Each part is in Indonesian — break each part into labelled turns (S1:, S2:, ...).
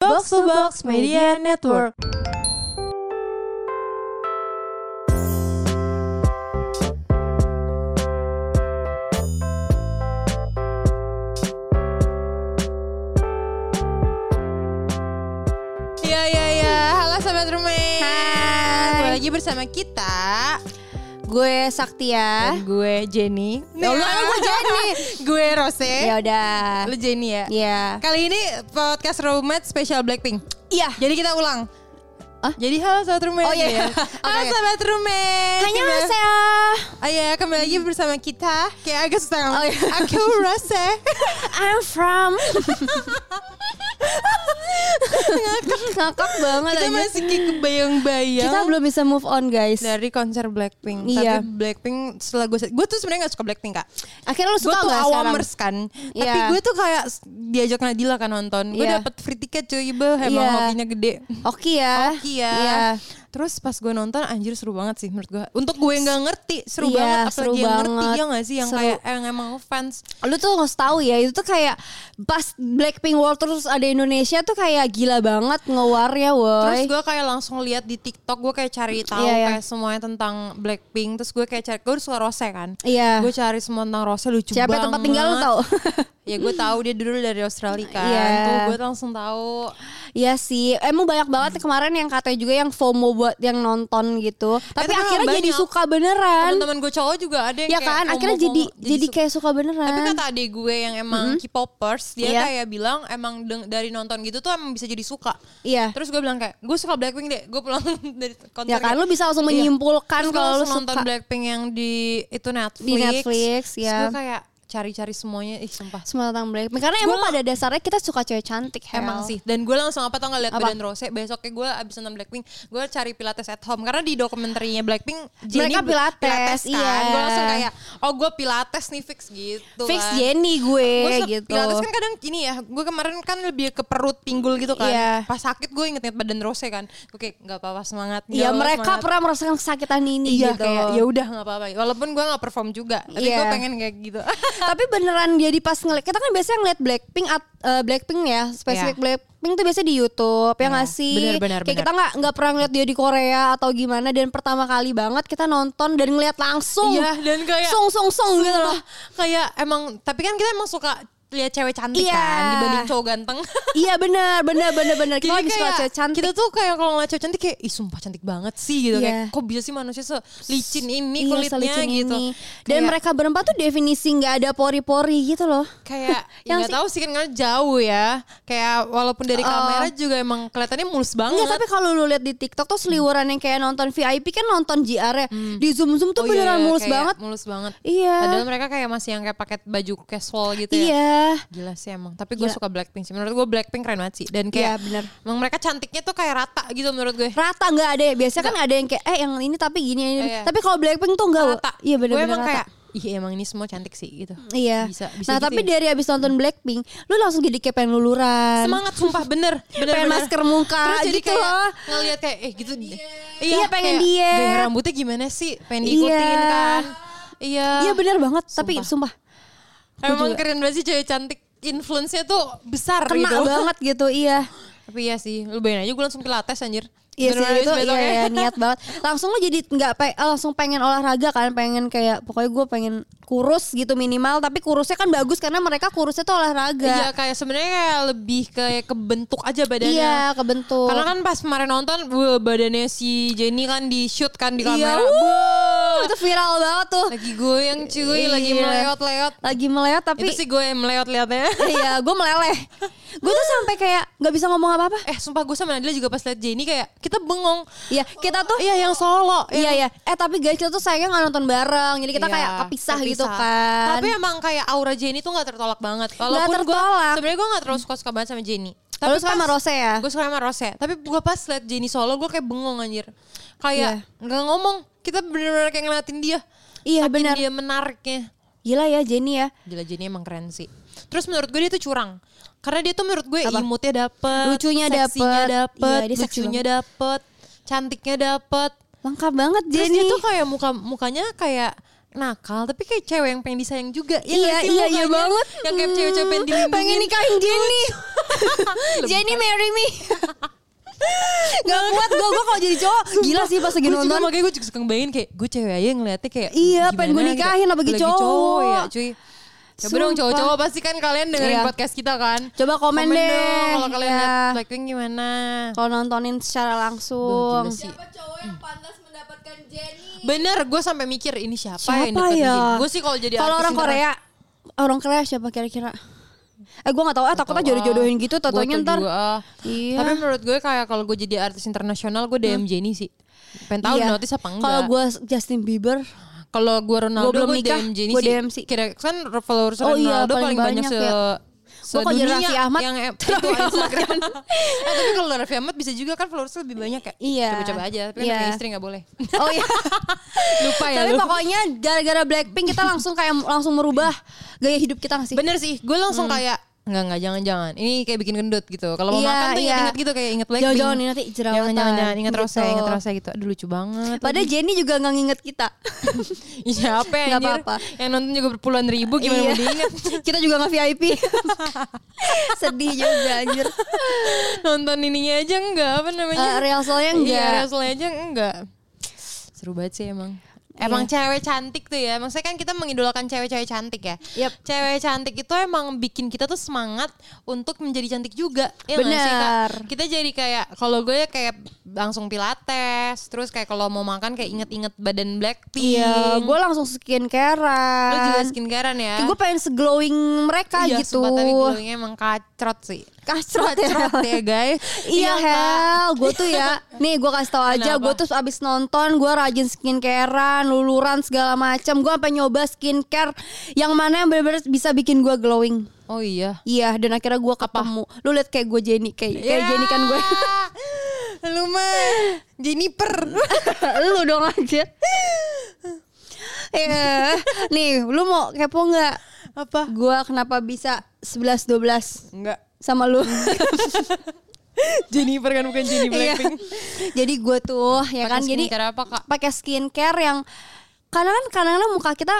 S1: Box to Box Media Network.
S2: Ya ya ya, halo sobat roommate.
S1: Hai.
S2: Kembali lagi bersama kita.
S1: Gue Saktia.
S2: Dan gue Jenny.
S1: Eh, Ya Allah,
S3: Nah.
S1: gue Jenny.
S2: gue Rose.
S1: Ya udah.
S2: Lu Jenny ya.
S3: Iya.
S1: Ya.
S2: Kali ini podcast roommate spesial Blackpink.
S1: Iya.
S2: Jadi kita ulang.
S1: Ah?
S2: Jadi halo sobat roommate.
S1: Oh, iya.
S2: Ya.
S1: Oke,
S2: Halo
S1: oke.
S2: sobat roommate.
S1: Hanya
S2: Kembali-
S1: saya.
S2: Ah, iya, kembali lagi bersama kita. Kayak agak susah.
S1: Oh, iya.
S2: Aku Rose.
S1: I'm from. Ngakak banget
S2: kita
S1: aja.
S2: masih Iya. kayak kebayang-bayang.
S3: kita belum bisa move on guys
S2: dari konser Blackpink.
S3: Iya.
S2: Tapi Blackpink setelah gue gue tuh sebenarnya gak suka Blackpink kak.
S3: akhirnya lu
S2: Gue
S3: suka
S2: tuh
S3: nggak sekarang
S2: awamers kan. Tapi
S3: Iya.
S2: gue tuh kayak s- diajak Nadila kan nonton. Gue
S3: Iya.
S2: dapet free tiket cuy. Beuh, emang
S3: Iya.
S2: hobinya gede.
S3: oke ya
S2: Iya.
S3: Iya.
S2: Terus pas gue nonton anjir seru banget sih menurut gue. Untuk gue yang gak ngerti seru
S3: Iya,
S2: banget. Apalagi
S3: seru
S2: yang ngerti
S3: banget.
S2: ya gak sih yang
S3: Seru.
S2: kayak yang emang fans.
S3: lu tuh harus tahu ya itu tuh kayak pas Blackpink World terus ada Indonesia tuh kayak gila banget ngewar ya
S2: Terus
S3: woi
S2: gue kayak langsung lihat di TikTok gue kayak cari tahu
S3: Iya, iya.
S2: kayak semuanya tentang Blackpink. Terus gue kayak cari gue suka Rose kan.
S3: iya
S2: Gue cari semua tentang Rose lucu
S3: siapa
S2: banget.
S3: tempat tinggal lu tahu
S2: ya gue tahu dia dulu dari Australia kan
S3: Iya.
S2: tuh gue langsung tahu
S3: Iya sih emang banyak banget
S2: Hmm.
S3: kemarin yang katanya juga yang FOMO buat yang nonton gitu tapi
S2: Eh, tapi
S3: akhirnya
S2: banyak.
S3: jadi suka beneran
S2: teman-teman gue cowok juga ada yang
S3: kan? ya
S2: kayak
S3: kan akhirnya
S2: FOMO-FOMO,
S3: jadi jadi
S2: suka.
S3: kayak suka
S2: tapi
S3: beneran
S2: kata adik gue yang emang K-popers dia
S3: Iya.
S2: kayak bilang emang deng- dari nonton gitu tuh emang bisa jadi suka
S3: iya
S2: terus gue bilang kayak gue suka Blackpink deh gue pulang dari konser
S3: ya kan
S2: kayak-
S3: lu bisa langsung
S2: Iya.
S3: menyimpulkan
S2: Terus gue
S3: kalau lu
S2: langsung nonton
S3: suka
S2: Blackpink yang di itu Netflix
S3: Di Netflix,
S2: Terus
S3: ya.
S2: gue kayak cari-cari semuanya ih sumpah
S3: semua tentang Blackpink Nah, karena emang
S2: Gua-
S3: pada dasarnya kita suka cewek cantik Hel.
S2: Emang sih. Dan gue langsung apa tau gak liat
S3: Apa?
S2: badan Rose. Besoknya gue abis nonton Blackpink, gue cari pilates at home. Karena di dokumenternya Blackpink, Jennie
S3: Mereka pilates,
S2: kan.
S3: iya.
S2: Gue langsung kayak, oh gue pilates nih fix gitu
S3: fix
S2: kan.
S3: Jenny gue
S2: Gue suka
S3: gitu
S2: Pilates kan kadang gini ya, gue kemarin kan lebih ke perut pinggul gitu kan.
S3: Iya.
S2: Pas sakit gue inget-inget badan Rose kan. Oke, nggak apa-apa semangat. nggak
S3: ya
S2: apa-apa,
S3: mereka
S2: semangat.
S3: pernah merasakan kesakitan ini
S2: Iya
S3: gitu
S2: kayak ya udah nggak apa-apa. Walaupun gue nggak perform juga, tapi gue
S3: Iya.
S2: pengen kayak gitu.
S3: tapi beneran jadi pas ngeliat kita kan biasanya ngeliat Blackpink at- eh, Blackpink ya
S2: Iya.
S3: spesifik Blackpink tuh biasanya di YouTube ya nggak sih
S2: benar, benar,
S3: kayak
S2: benar.
S3: kita nggak nggak pernah ngeliat dia di Korea atau gimana dan pertama kali banget kita nonton dan ngeliat langsung
S2: Iya, dan kayak-
S3: sung sung sung gitu loh
S2: kayak emang, tapi kan kita emang suka lihat cewek cantik
S3: Iya.
S2: kan dibanding cowok ganteng.
S3: iya bener bener bener bener
S2: Jadi
S3: kita lagi suka
S2: kayak
S3: cewek cantik
S2: Kita tuh kayak kalau ngeliat cewek cantik kayak ih sumpah cantik banget sih gitu
S3: Iya.
S2: kayak kok bisa sih manusia selicin ini
S3: Iya,
S2: kulitnya
S3: selicin
S2: gitu.
S3: ini. Dan
S2: Kayak-
S3: mereka berempat tuh definisi nggak ada pori-pori gitu loh.
S2: kayak ya
S3: Yang
S2: nggak
S3: sih-
S2: tahu sih kan karena jauh ya. Kayak walaupun dari
S3: Oh.
S2: kamera juga emang kelihatannya mulus banget.
S3: Enggak, Iya, tapi kalau lu lihat di TikTok tuh seliwuran yang kayak nonton VIP kan nonton JR ya. Di zoom-zoom tuh
S2: Oh iya,
S3: beneran
S2: iya,
S3: mulus
S2: kayak
S3: banget.
S2: Mulus banget.
S3: Iya.
S2: Padahal mereka kayak masih yang kayak paket baju casual gitu ya.
S3: Iya.
S2: Gila sih emang. Tapi gue
S3: Gila.
S2: suka Blackpink sih. Menurut gue Blackpink keren banget sih. Dan kayak
S3: Iya, bener.
S2: Emang mereka cantiknya tuh kayak rata gitu menurut gue.
S3: Rata nggak ada ya. Biasanya kan ada yang kayak eh yang ini tapi gini yang ini.
S2: Iya.
S3: Tapi kalau Blackpink tuh enggak.
S2: Rata.
S3: Iya
S2: Gue
S3: bener-bener
S2: emang
S3: rata.
S2: kayak ih emang ini semua cantik sih gitu.
S3: Iya.
S2: Bisa, bisa
S3: nah
S2: gitu
S3: tapi
S2: ya.
S3: dari abis nonton Blackpink, lu langsung jadi kayak pengen luluran.
S2: semangat sumpah bener bener
S3: Kan? Iya, Pengen
S2: bener.
S3: masker muka
S2: terus jadi
S3: gitu
S2: kayak
S3: loh.
S2: ngeliat kayak eh gitu
S3: Iya, pengen
S2: kayak
S3: diet.
S2: gaya rambutnya gimana sih pengen diikutin
S3: Iya.
S2: kan iya
S3: Iya bener banget. Tapi sumpah
S2: emang
S3: juga.
S2: keren banget sih cewek cantik influence-nya tuh besar
S3: kena
S2: gitu
S3: banget gitu. Iya.
S2: tapi iya sih lu bayangin aja gue langsung pilates anjir
S3: Iya sih
S2: Bener-bener
S3: itu
S2: habis
S3: iya,
S2: besoknya.
S3: iya, niat banget. Langsung lo jadi nggak pe- eh, langsung pengen olahraga kan, pengen kayak pokoknya gue pengen kurus gitu minimal. Tapi kurusnya kan bagus karena mereka kurusnya tuh
S2: Iya
S3: olahraga.
S2: kayak sebenarnya kayak lebih kayak kebentuk aja badannya.
S3: Iya, kebentuk.
S2: Karena kan pas kemarin nonton wah, badannya si Jenny kan di shoot kan di
S3: Iya,
S2: kamera.
S3: wuh,
S2: Wah,
S3: itu viral banget tuh.
S2: Lagi goyang cuy, lagi
S3: Iya.
S2: meleot-leot.
S3: Lagi meleot tapi
S2: Itu sih gue yang meleot liatnya.
S3: iya gue meleleh. Gue tuh sampai kayak nggak bisa ngomong apa-apa.
S2: Eh sumpah gue sama Nadila juga pas liat Jenny kayak kita bengong.
S3: Iya kita tuh.
S2: Iya yang solo.
S3: Iya iya. Eh tapi guys kita tuh sayangnya nggak nonton bareng. Jadi kita
S2: Iya,
S3: kayak kepisah, gitu
S2: kepisah.
S3: kan.
S2: Tapi emang kayak aura Jenny tuh gak tertolak banget. Walaupun gue
S3: tertolak.
S2: sebenarnya gue gak terlalu suka-suka banget sama Jenny.
S3: Tapi sama Rose ya.
S2: Gue suka sama Rose. Tapi gue pas liat Jenny solo gue kayak bengong anjir. Kayak nggak ngomong. Kita bener-bener kayak ngeliatin dia.
S3: Iya
S2: Saking
S3: benar.
S2: Dia menariknya.
S3: Gila ya Jenny ya.
S2: Gila Jenny emang keren sih. Terus menurut gue dia tuh curang. Karena dia tuh menurut gue
S3: Apa?
S2: imutnya dapet,
S3: Lucunya
S2: seksinya
S3: dapet.
S2: dapet,
S3: Iya, dia seksi
S2: lucunya dapet, cantiknya dapet.
S3: Lengkap banget
S2: Terus
S3: Jenny.
S2: dia tuh kayak muka mukanya kayak nakal tapi kayak cewek yang pengen disayang juga. Ya nggak
S3: Iya
S2: sih
S3: iya iya
S2: mukanya?
S3: banget.
S2: Yang kayak cewek-cewek pengen dilindungi.
S3: Pengen nikahin Jenny. Jenny marry me. Gak kuat gue gue kalau jadi cowok gila sih pas lagi
S2: Gue juga
S3: nonton.
S2: makanya gue juga suka ngebayangin kayak gue cewek aja ngeliatnya kayak
S3: Iya, pengen gue
S2: gimana gitu.
S3: nikahin apalagi
S2: Lagi
S3: cowok.
S2: ya cuy. Coba dong
S3: Sumpah.
S2: cowok-cowok pasti kan kalian dengerin
S3: Iya.
S2: podcast kita kan.
S3: Coba komen, deh.
S2: dong kalau kalian
S3: Iya.
S2: liat Blackpink gimana.
S3: kalau nontonin secara
S2: Wah,
S3: langsung.
S2: gila sih.
S4: Siapa cowok yang pantas mendapatkan Jenny?
S2: Bener, gue sampai mikir ini siapa, yang
S3: Siapa
S2: deketin
S3: ya?
S2: Gue sih kalau jadi
S3: Kalau
S2: artis
S3: orang
S2: internet-
S3: Korea, orang Korea siapa kira-kira? Eh gue gak tahu ah takutnya jodoh-jodohin gitu
S2: Gua
S3: tatonya
S2: tuh
S3: ntar.
S2: juga, ah.
S3: Iya. Hmm.
S2: Tapi menurut gue kayak kalau gue jadi artis internasional gue DM Jenny sih. Pengen tahu
S3: Iya.
S2: notice apa enggak.
S3: Kalau gue Justin Bieber,
S2: kalau gue Ronaldo
S3: Gua belum
S2: gue
S3: nikah,
S2: DM Jenny
S3: gua
S2: sih.
S3: DM sih.
S2: Kira kan followers
S3: Oh
S2: Ronaldo
S3: iya,
S2: paling,
S3: paling
S2: banyak,
S3: banyak
S2: se
S3: ya.
S2: se
S3: Gua kalau jadi Raffi Ahmad,
S2: yang em- itu Instagram. Eh, tapi kalau Raffi Ahmad bisa juga kan followers lebih banyak ya.
S3: Iya.
S2: Coba-coba aja, tapi
S3: Iya.
S2: kan pakai istri nggak boleh.
S3: oh iya.
S2: Lupa ya
S3: Tapi
S2: lu.
S3: pokoknya gara-gara Blackpink kita langsung kayak langsung merubah gaya hidup kita gak sih?
S2: Bener sih, gue langsung kayak Enggak, enggak, jangan, jangan. Ini kayak bikin gendut gitu. Kalau mau
S3: Hmm. Iya,
S2: makan tuh
S3: iya.
S2: inget-inget gitu kayak inget Blackpink.
S3: Jangan-jangan ini nanti jerawatan.
S2: Jangan, jangan, jangan. Inget
S3: Gitu.
S2: Rose, inget Rose gitu. Aduh lucu banget.
S3: Padahal Jenny juga gak nginget kita.
S2: Iya apa ya
S3: Nggak
S2: anjir?
S3: apa-apa.
S2: Yang nonton juga berpuluhan ribu gimana
S3: Iya.
S2: mau diingat
S3: kita juga gak VIP. Sedih juga anjir.
S2: Nonton ininya aja enggak apa namanya
S3: Eh, real soalnya
S2: Iya
S3: enggak.
S2: Rasulnya aja enggak Seru banget sih emang
S3: Iya.
S2: Emang cewek cantik tuh ya Maksudnya kan kita mengidolakan cewek-cewek cantik ya
S3: Yap.
S2: Cewek cantik itu emang bikin kita tuh semangat Untuk menjadi cantik juga Iya nggak sih, Kak?
S3: Benar.
S2: Kita jadi kayak Kalau gue ya kayak langsung pilates Terus kayak kalau mau makan kayak inget-inget badan Blackpink
S3: Iya, kan. gue langsung skincarean.
S2: Lu juga skincarean ya
S3: Gue pengen seglowing mereka
S2: Iya,
S3: gitu.
S2: sumpah, tapi glowingnya emang kacrot sih.
S3: Kasrot ya.
S2: Kacrot ya guys.
S3: Iya
S2: Kak.
S3: Hel, gue tuh ya Nih gue kasih tau
S2: Kenapa?
S3: aja, gue tuh abis nonton Gue rajin skincarean, luluran segala macam. Gue sampai nyoba skincare Yang mana yang bener-bener bisa bikin gue glowing
S2: Oh iya.
S3: Iya dan akhirnya gue ketemu Lu liat kayak gue Jenny Kayak, kayak
S2: Iya.
S3: Jenny kan gue
S2: Ya. Lu mah Jennifer.
S3: Lu dong aja Iya Nih lu mau kepo gak?
S2: Apa?
S3: Gue kenapa bisa 11-12
S2: Enggak.
S3: sama lu
S2: Jennifer kan bukan Jenny
S3: Iya.
S2: Blackpink.
S3: Jadi gue tuh ya kan jadi
S2: cara apa kak?
S3: pakai skincare yang karena kan kadang-kadang muka kita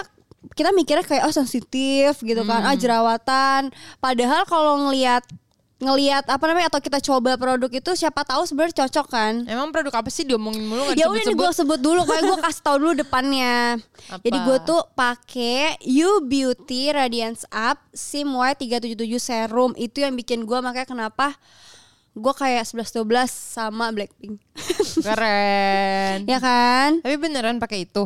S3: kita mikirnya kayak oh sensitif gitu kan ah jerawatan padahal kalau ngelihat ngelihat apa namanya atau kita coba produk itu siapa tahu sebenarnya cocok kan
S2: Emang produk apa sih diomongin mulu nggak
S3: ya udah nih
S2: disebut-sebut?
S3: gue sebut dulu kayak gue kasih tau dulu depannya
S2: Apa?
S3: jadi gue tuh pakai You Beauty Radiance Up Sim Y377 Serum itu yang bikin gue makanya kenapa gue kayak 11-12 sama Blackpink
S2: Keren.
S3: ya kan
S2: Tapi beneran pakai itu.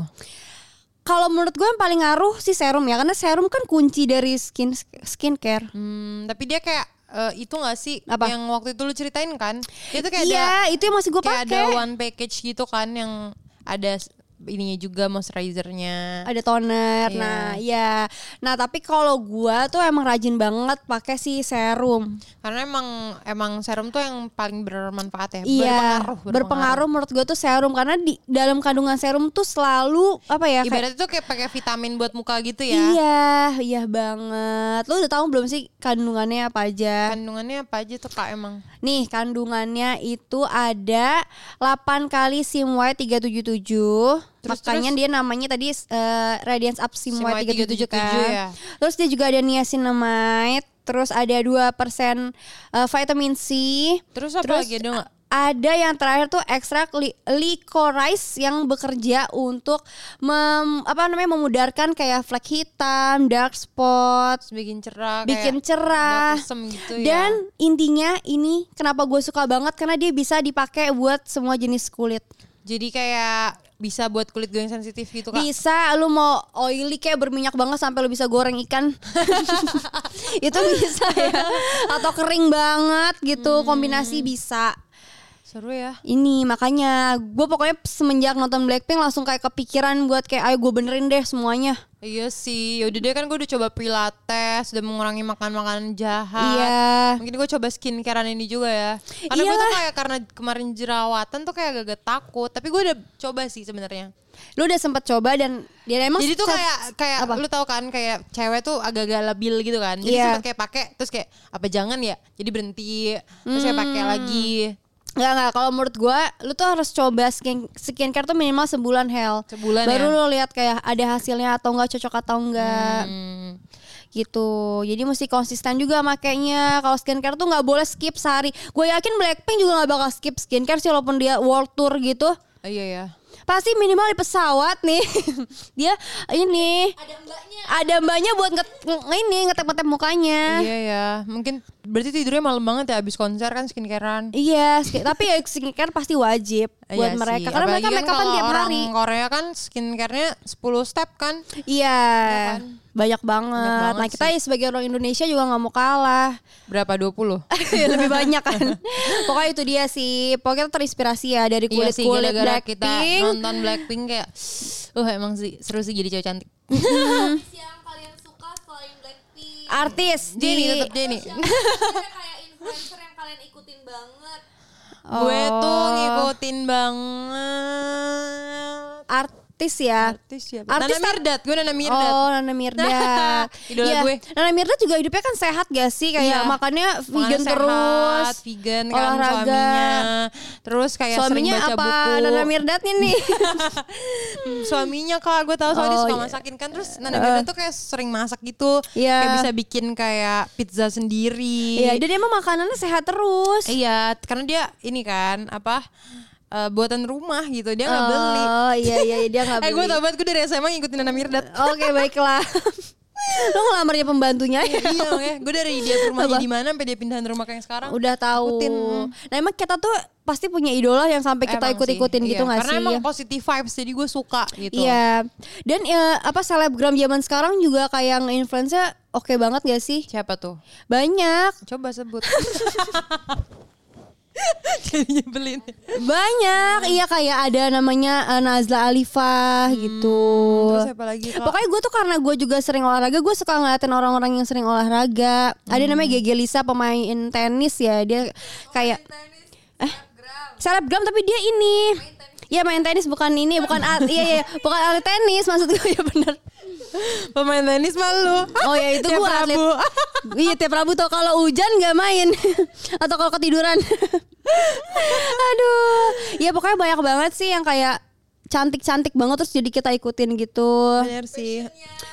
S3: kalau menurut gue yang paling ngaruh sih serum ya karena serum kan kunci dari skin skincare
S2: Hmm, tapi dia kayak eh, itu gak sih
S3: Apa?
S2: yang waktu itu lu ceritain kan? Itu kayak ada
S3: iya itu yang masih gue
S2: kayak ada
S3: pakai ada,
S2: one package gitu kan yang ada s- ininya juga moisturizer-nya.
S3: toner
S2: Iya.
S3: nah ya nah tapi kalau gue tuh emang rajin banget pakai si serum
S2: Karena emang emang serum tuh yang paling bermanfaat ya.
S3: iya
S2: berpengaruh,
S3: berpengaruh, menurut gue tuh serum karena di dalam kandungan serum tuh selalu apa ya kayak-
S2: Ibaratnya tuh kayak pakai vitamin buat muka gitu ya.
S3: iya iya banget lo udah tahu belum sih kandungannya apa aja
S2: Kandungannya apa aja tuh kak emang?
S3: Nih kandungannya itu ada 8 kali SIM Y377 Makanya dia namanya tadi eh, Radiance Up SIM
S2: SIM
S3: Y377
S2: Y377
S3: kan
S2: ya.
S3: Terus dia juga ada niacinamide Terus ada 2% eh, vitamin C
S2: Terus apa
S3: Terus,
S2: lagi ada nggak?
S3: ada yang terakhir tuh ekstrak li licorice yang bekerja untuk mem- apa namanya memudarkan kayak flek hitam, dark spot,
S2: Terus bikin cerah.
S3: bikin
S2: kayak
S3: cerah
S2: nggak kusem gitu ya.
S3: dan intinya ini kenapa gue suka banget karena dia bisa dipakai buat semua jenis kulit
S2: Jadi kayak bisa buat kulit gue yang sensitif gitu kak.
S3: bisa lu mau oily kayak berminyak banget sampai lu bisa goreng ikan itu bisa ya atau kering banget gitu
S2: Hmm.
S3: kombinasi bisa
S2: Seru ya.
S3: ini makanya gue pokoknya semenjak nonton Blackpink langsung kayak kepikiran buat kayak ayo gue benerin deh semuanya
S2: Iya sih. Yaudah deh kan gue udah coba pilates, udah mengurangi makan makanan jahat.
S3: iya
S2: Mungkin gue coba skincarean ini juga ya. Karena gue tuh kayak karena kemarin jerawatan tuh kayak agak takut. Tapi gue udah coba sih sebenarnya.
S3: lu udah sempet coba dan dia emang
S2: Jadi tuh
S3: set-
S2: kayak kayak
S3: apa?
S2: lu tau kan kayak cewek tuh agak-agak labil gitu kan. Jadi
S3: Iya.
S2: sempet kayak pakai terus kayak apa jangan ya. Jadi berhenti terus kayak pakai
S3: Hmm.
S2: lagi
S3: Enggak enggak kalau menurut gua lu tuh harus coba skin skincare tuh minimal sebulan hell.
S2: Sebulan ya?
S3: Baru lu lihat kayak ada hasilnya atau enggak cocok atau enggak.
S2: Hmm.
S3: gitu jadi mesti konsisten juga makanya kalau skincare tuh nggak boleh skip sehari gue yakin Blackpink juga nggak bakal skip skincare sih walaupun dia world tour gitu
S2: Ah, Iya ya.
S3: pasti minimal di pesawat nih dia ini
S4: Ada mbaknya.
S3: ada mbaknya buat nge nge- ini ngetep-ngetep mukanya
S2: Iya ya. Mungkin berarti tidurnya malam banget ya abis konser kan skincarean.
S3: Iya, skin- tapi ya skincare pasti wajib buat
S2: Iya
S3: mereka
S2: sih,
S3: karena
S2: apalagi
S3: mereka
S2: kan
S3: make upan
S2: kalau
S3: tiap
S2: orang
S3: hari.
S2: Korea kan skincare-nya 10 step kan.
S3: Iya,
S2: kan?
S3: banyak banget.
S2: banget
S3: nah kita ya sebagai orang Indonesia juga nggak mau kalah,
S2: Berapa 20?
S3: Ya, lebih banyak kan. Pokoknya itu dia sih. Pokoknya kita terinspirasi ya dari
S2: Iya
S3: kulit
S2: sih
S3: kulit
S2: gara-gara
S3: Blackpink.
S2: kita nonton Blackpink kayak uh emang sih seru sih jadi cewek cantik.
S4: Artis yang kalian suka selain Blackpink.
S3: Artis
S2: Jenny
S3: di-
S2: tetap Jenny.
S4: Siapa sebenarnya kayak influencer yang kalian ikutin banget.
S2: Gue tuh
S3: Oh.
S2: ngikutin banget.
S3: artis ya.
S2: Artis siapa?
S3: Artis
S2: Nana
S3: tar-
S2: Mirdad, gue Nana Mirdad.
S3: Oh Nana Mirdad
S2: Idola
S3: Iya,
S2: gue.
S3: Nana Mirdad juga hidupnya kan sehat gak sih Kayak
S2: Iya.
S3: makannya
S2: Makannya
S3: vegan
S2: sehat,
S3: terus
S2: vegan kan
S3: olahraga.
S2: suaminya. Terus kayak sering
S3: Suaminya
S2: baca
S3: apa
S2: buku.
S3: Nana Mirdad nih
S2: suaminya kak gue tahu soalnya dia
S3: Oh,
S2: suka
S3: iya.
S2: masakin kan terus Nana Mirdad tuh kayak sering masak gitu
S3: Iya.
S2: kayak bisa bikin kayak pizza sendiri
S3: Iya, dan emang makanannya sehat terus.
S2: iya karena dia ini kan apa eh, buatan rumah gitu dia nggak beli
S3: Oh, iya iya iya, dia nggak
S2: eh
S3: beli.
S2: gue tau banget gue dari SMA ngikutin Nana Mirdad
S3: Oke, baiklah. Lo ngelamarnya pembantunya ya?
S2: iya ya gue dari dia rumahnya di mana sampai dia pindahan rumah kayak yang sekarang
S3: Udah tahu.
S2: Ikutin.
S3: Nah, emang kita tuh pasti punya idola yang sampai kita
S2: Emang
S3: ikut-ikutin
S2: sih,
S3: gitu
S2: iya.
S3: nggak sih?
S2: karena emang positive vibes jadi gue suka gitu
S3: Iya. Dan ya, apa selebgram zaman sekarang juga kayak yang influencer oke banget gak sih?
S2: siapa tuh
S3: Banyak,
S2: coba sebut jadi nyebelin
S3: banyak. Iya kayak ada namanya eh, Nazla Alifa gitu. Eh,
S2: terus siapa lagi Kak?
S3: Pokoknya gue tuh karena gue juga sering olahraga, gue suka ngeliatin orang-orang yang sering olahraga. Ada namanya Gege Lisa pemain tenis ya, dia kayak
S4: Tenis,
S3: Eh.
S4: Instagram,
S3: selebgram tapi dia ini. Ya main tenis bukan ini, bukan al- iya iya, bukan atlet tenis maksud gue ya bener.
S2: Pemain tenis malu.
S3: Oh ya itu
S2: Tiap
S3: gue atlet.
S2: Rabu.
S3: Iya tiap Rabu tuh kalau hujan gak main atau kalau ketiduran. Aduh, ya pokoknya banyak banget sih yang kayak cantik-cantik banget terus jadi kita ikutin gitu.
S2: Bener sih.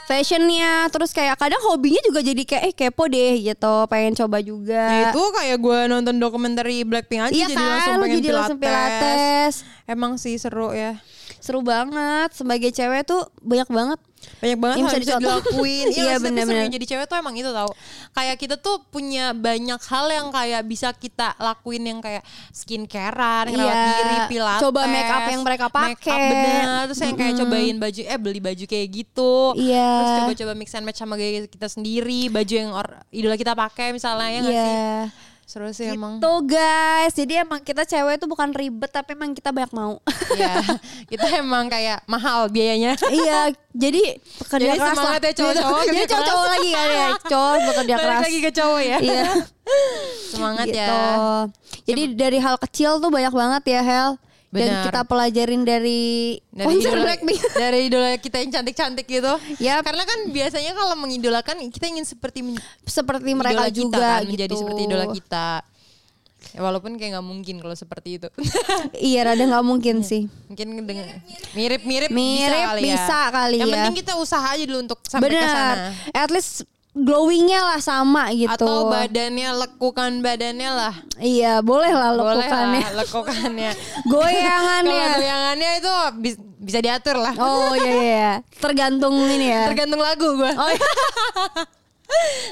S3: fashionnya terus kayak kadang hobinya juga jadi kayak eh kepo deh gitu pengen coba juga
S2: Ya itu kayak gue nonton dokumenter Blackpink aja
S3: iya
S2: jadi
S3: kan
S2: langsung
S3: lu
S2: pengen
S3: jadi
S2: pilates.
S3: langsung pilates
S2: Emang sih seru ya.
S3: seru banget sebagai cewek tuh banyak banget
S2: Banyak banget
S3: Yang
S2: hal
S3: bisa
S2: yang bisa
S3: dicontoh.
S2: dilakuin.
S3: Iya,
S2: nggak sih? Tapi
S3: bener-bener.
S2: serunya jadi cewek tuh emang itu tau. Kayak kita tuh punya banyak hal yang kayak bisa kita lakuin yang kayak skincarean, yang rawat
S3: Iya.
S2: diri, pilates.
S3: Coba make up yang mereka
S2: Make up
S3: pakai.
S2: bener. Terus yang kayak cobain baju, eh beli baju kayak gitu.
S3: Iya.
S2: Terus coba-coba mix and match sama gaya kita sendiri. Baju yang or, idola kita pakai misalnya ya nggak
S3: Iya Gitu.
S2: sih. Seru sih emang.
S3: Tuh guys, jadi emang kita cewek tuh bukan ribet tapi emang kita banyak mau.
S2: Iya, kita emang kayak mahal biayanya.
S3: iya, jadi pekerja
S2: Jadi
S3: keras
S2: semangat
S3: lah.
S2: ya cowok-cowok
S3: Gitu. Jadi
S2: kerja
S3: cowok-cowok
S2: keras.
S3: lagi kan ya, cowok bekerja
S2: Balik
S3: keras.
S2: lagi ke cowok ya.
S3: Iya.
S2: Semangat
S3: gitu.
S2: ya.
S3: Jadi dari hal kecil tuh banyak banget ya Hel. Dan
S2: Benar.
S3: kita pelajarin dari,
S2: Dari
S3: konser
S2: idola,
S3: Blackpink.
S2: dari idola kita yang cantik-cantik gitu.
S3: Yap.
S2: Karena kan biasanya kalau mengidolakan kita ingin seperti men-
S3: seperti
S2: idola
S3: mereka
S2: kita
S3: juga
S2: kan,
S3: gitu.
S2: menjadi seperti idola kita. Ya, walaupun kayak nggak mungkin kalau seperti itu.
S3: Iya, rada nggak mungkin sih.
S2: Mungkin dengan mirip-mirip
S3: Mirip
S2: bisa kali ya.
S3: bisa kali
S2: Yang
S3: ya.
S2: penting kita usaha aja dulu untuk sampai ke sana.
S3: Benar. At least glowingnya lah sama gitu.
S2: Atau badannya lekukan badannya lah.
S3: Iya, boleh lah
S2: Boleh
S3: lekukannya.
S2: lah lekukannya.
S3: Goyangannya.
S2: Kalau goyangannya itu bis- bisa diatur lah.
S3: Oh iya, iya, iya. tergantung ini ya.
S2: Tergantung lagu gue.
S3: Oh, iya.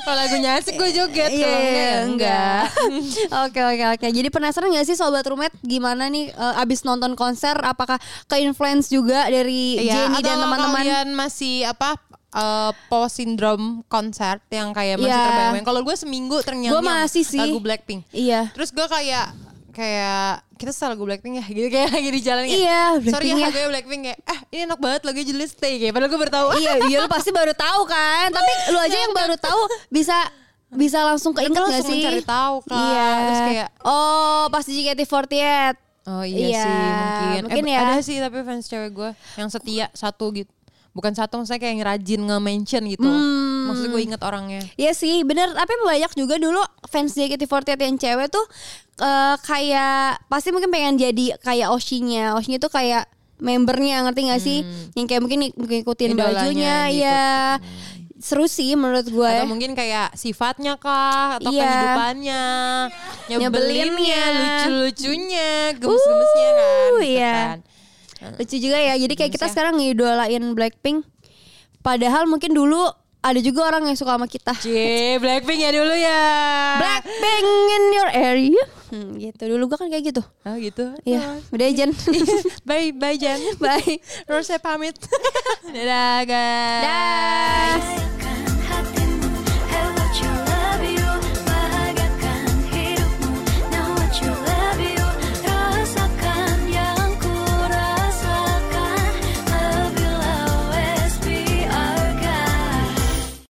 S2: Kalau lagunya asik gue joget.
S3: Iya,
S2: Kalau enggak, ya enggak.
S3: Oke oke oke. Jadi penasaran gak sih sobat rumet gimana nih eh, abis nonton konser apakah ke influence juga dari
S2: Iya,
S3: Jenny
S2: atau
S3: dan teman-teman?
S2: kalian masih apa eh post syndrome concert yang kayak masih
S3: Iya.
S2: terbayang-bayang. Kalau gue seminggu ternyata
S3: Gua masih sih.
S2: lagu Blackpink.
S3: Iya.
S2: Terus gue kayak kayak kita setelah lagu Blackpink ya gitu kayak lagi di jalan kayak,
S3: Iya,
S2: sorry
S3: Blackpink
S2: ya
S3: ya."
S2: lagunya Blackpink kayak eh ini enak banget lagunya jadi stay kayak padahal gue baru tahu
S3: iya, iya lu pasti baru tahu kan. Tapi lu aja yang baru tahu bisa bisa langsung keinget
S2: Kan
S3: gak
S2: langsung
S3: sih?
S2: mencari tahu, Kak.
S3: Iya.
S2: Terus kayak-
S3: oh, pasti JKT48.
S2: Oh iya,
S3: Iya,
S2: sih mungkin.
S3: mungkin
S2: eh,
S3: ya.
S2: Ada sih tapi fans cewek gue yang setia satu gitu. Bukan satu maksudnya kayak yang rajin nge-mention gitu.
S3: Hmm.
S2: Maksudnya gue inget orangnya.
S3: Iya sih, bener. Tapi banyak juga dulu fans JKT48 yang cewek tuh eh, kayak pasti mungkin pengen jadi kayak Oshinya. Oshinya tuh kayak membernya ngerti gak sih? Yang kayak mungkin ngikutin
S2: Hmm. Idolanya
S3: bajunya,
S2: yang
S3: ya. seru sih menurut ya. gue
S2: Atau mungkin kayak sifatnya kah atau
S3: Iya.
S2: kehidupannya, nyebelinnya,
S3: Nyebelinnya.
S2: lucu-lucunya, gemes-gemesnya kan.
S3: Uh,
S2: gitu
S3: iya.
S2: kan.
S3: lucu juga ya jadi kayak kita
S2: Indonesia.
S3: sekarang ngidolain Blackpink padahal mungkin dulu ada juga orang yang suka sama kita
S2: Cie, Blackpink ya dulu ya.
S3: Blackpink in your area Hmm, gitu dulu gue kan kayak gitu
S2: Oh gitu.
S3: Iya, udah Jen.
S2: Bye bye Jan.
S3: Bye.
S2: Rose pamit. Dadah guys.
S3: Dah.
S4: Sayang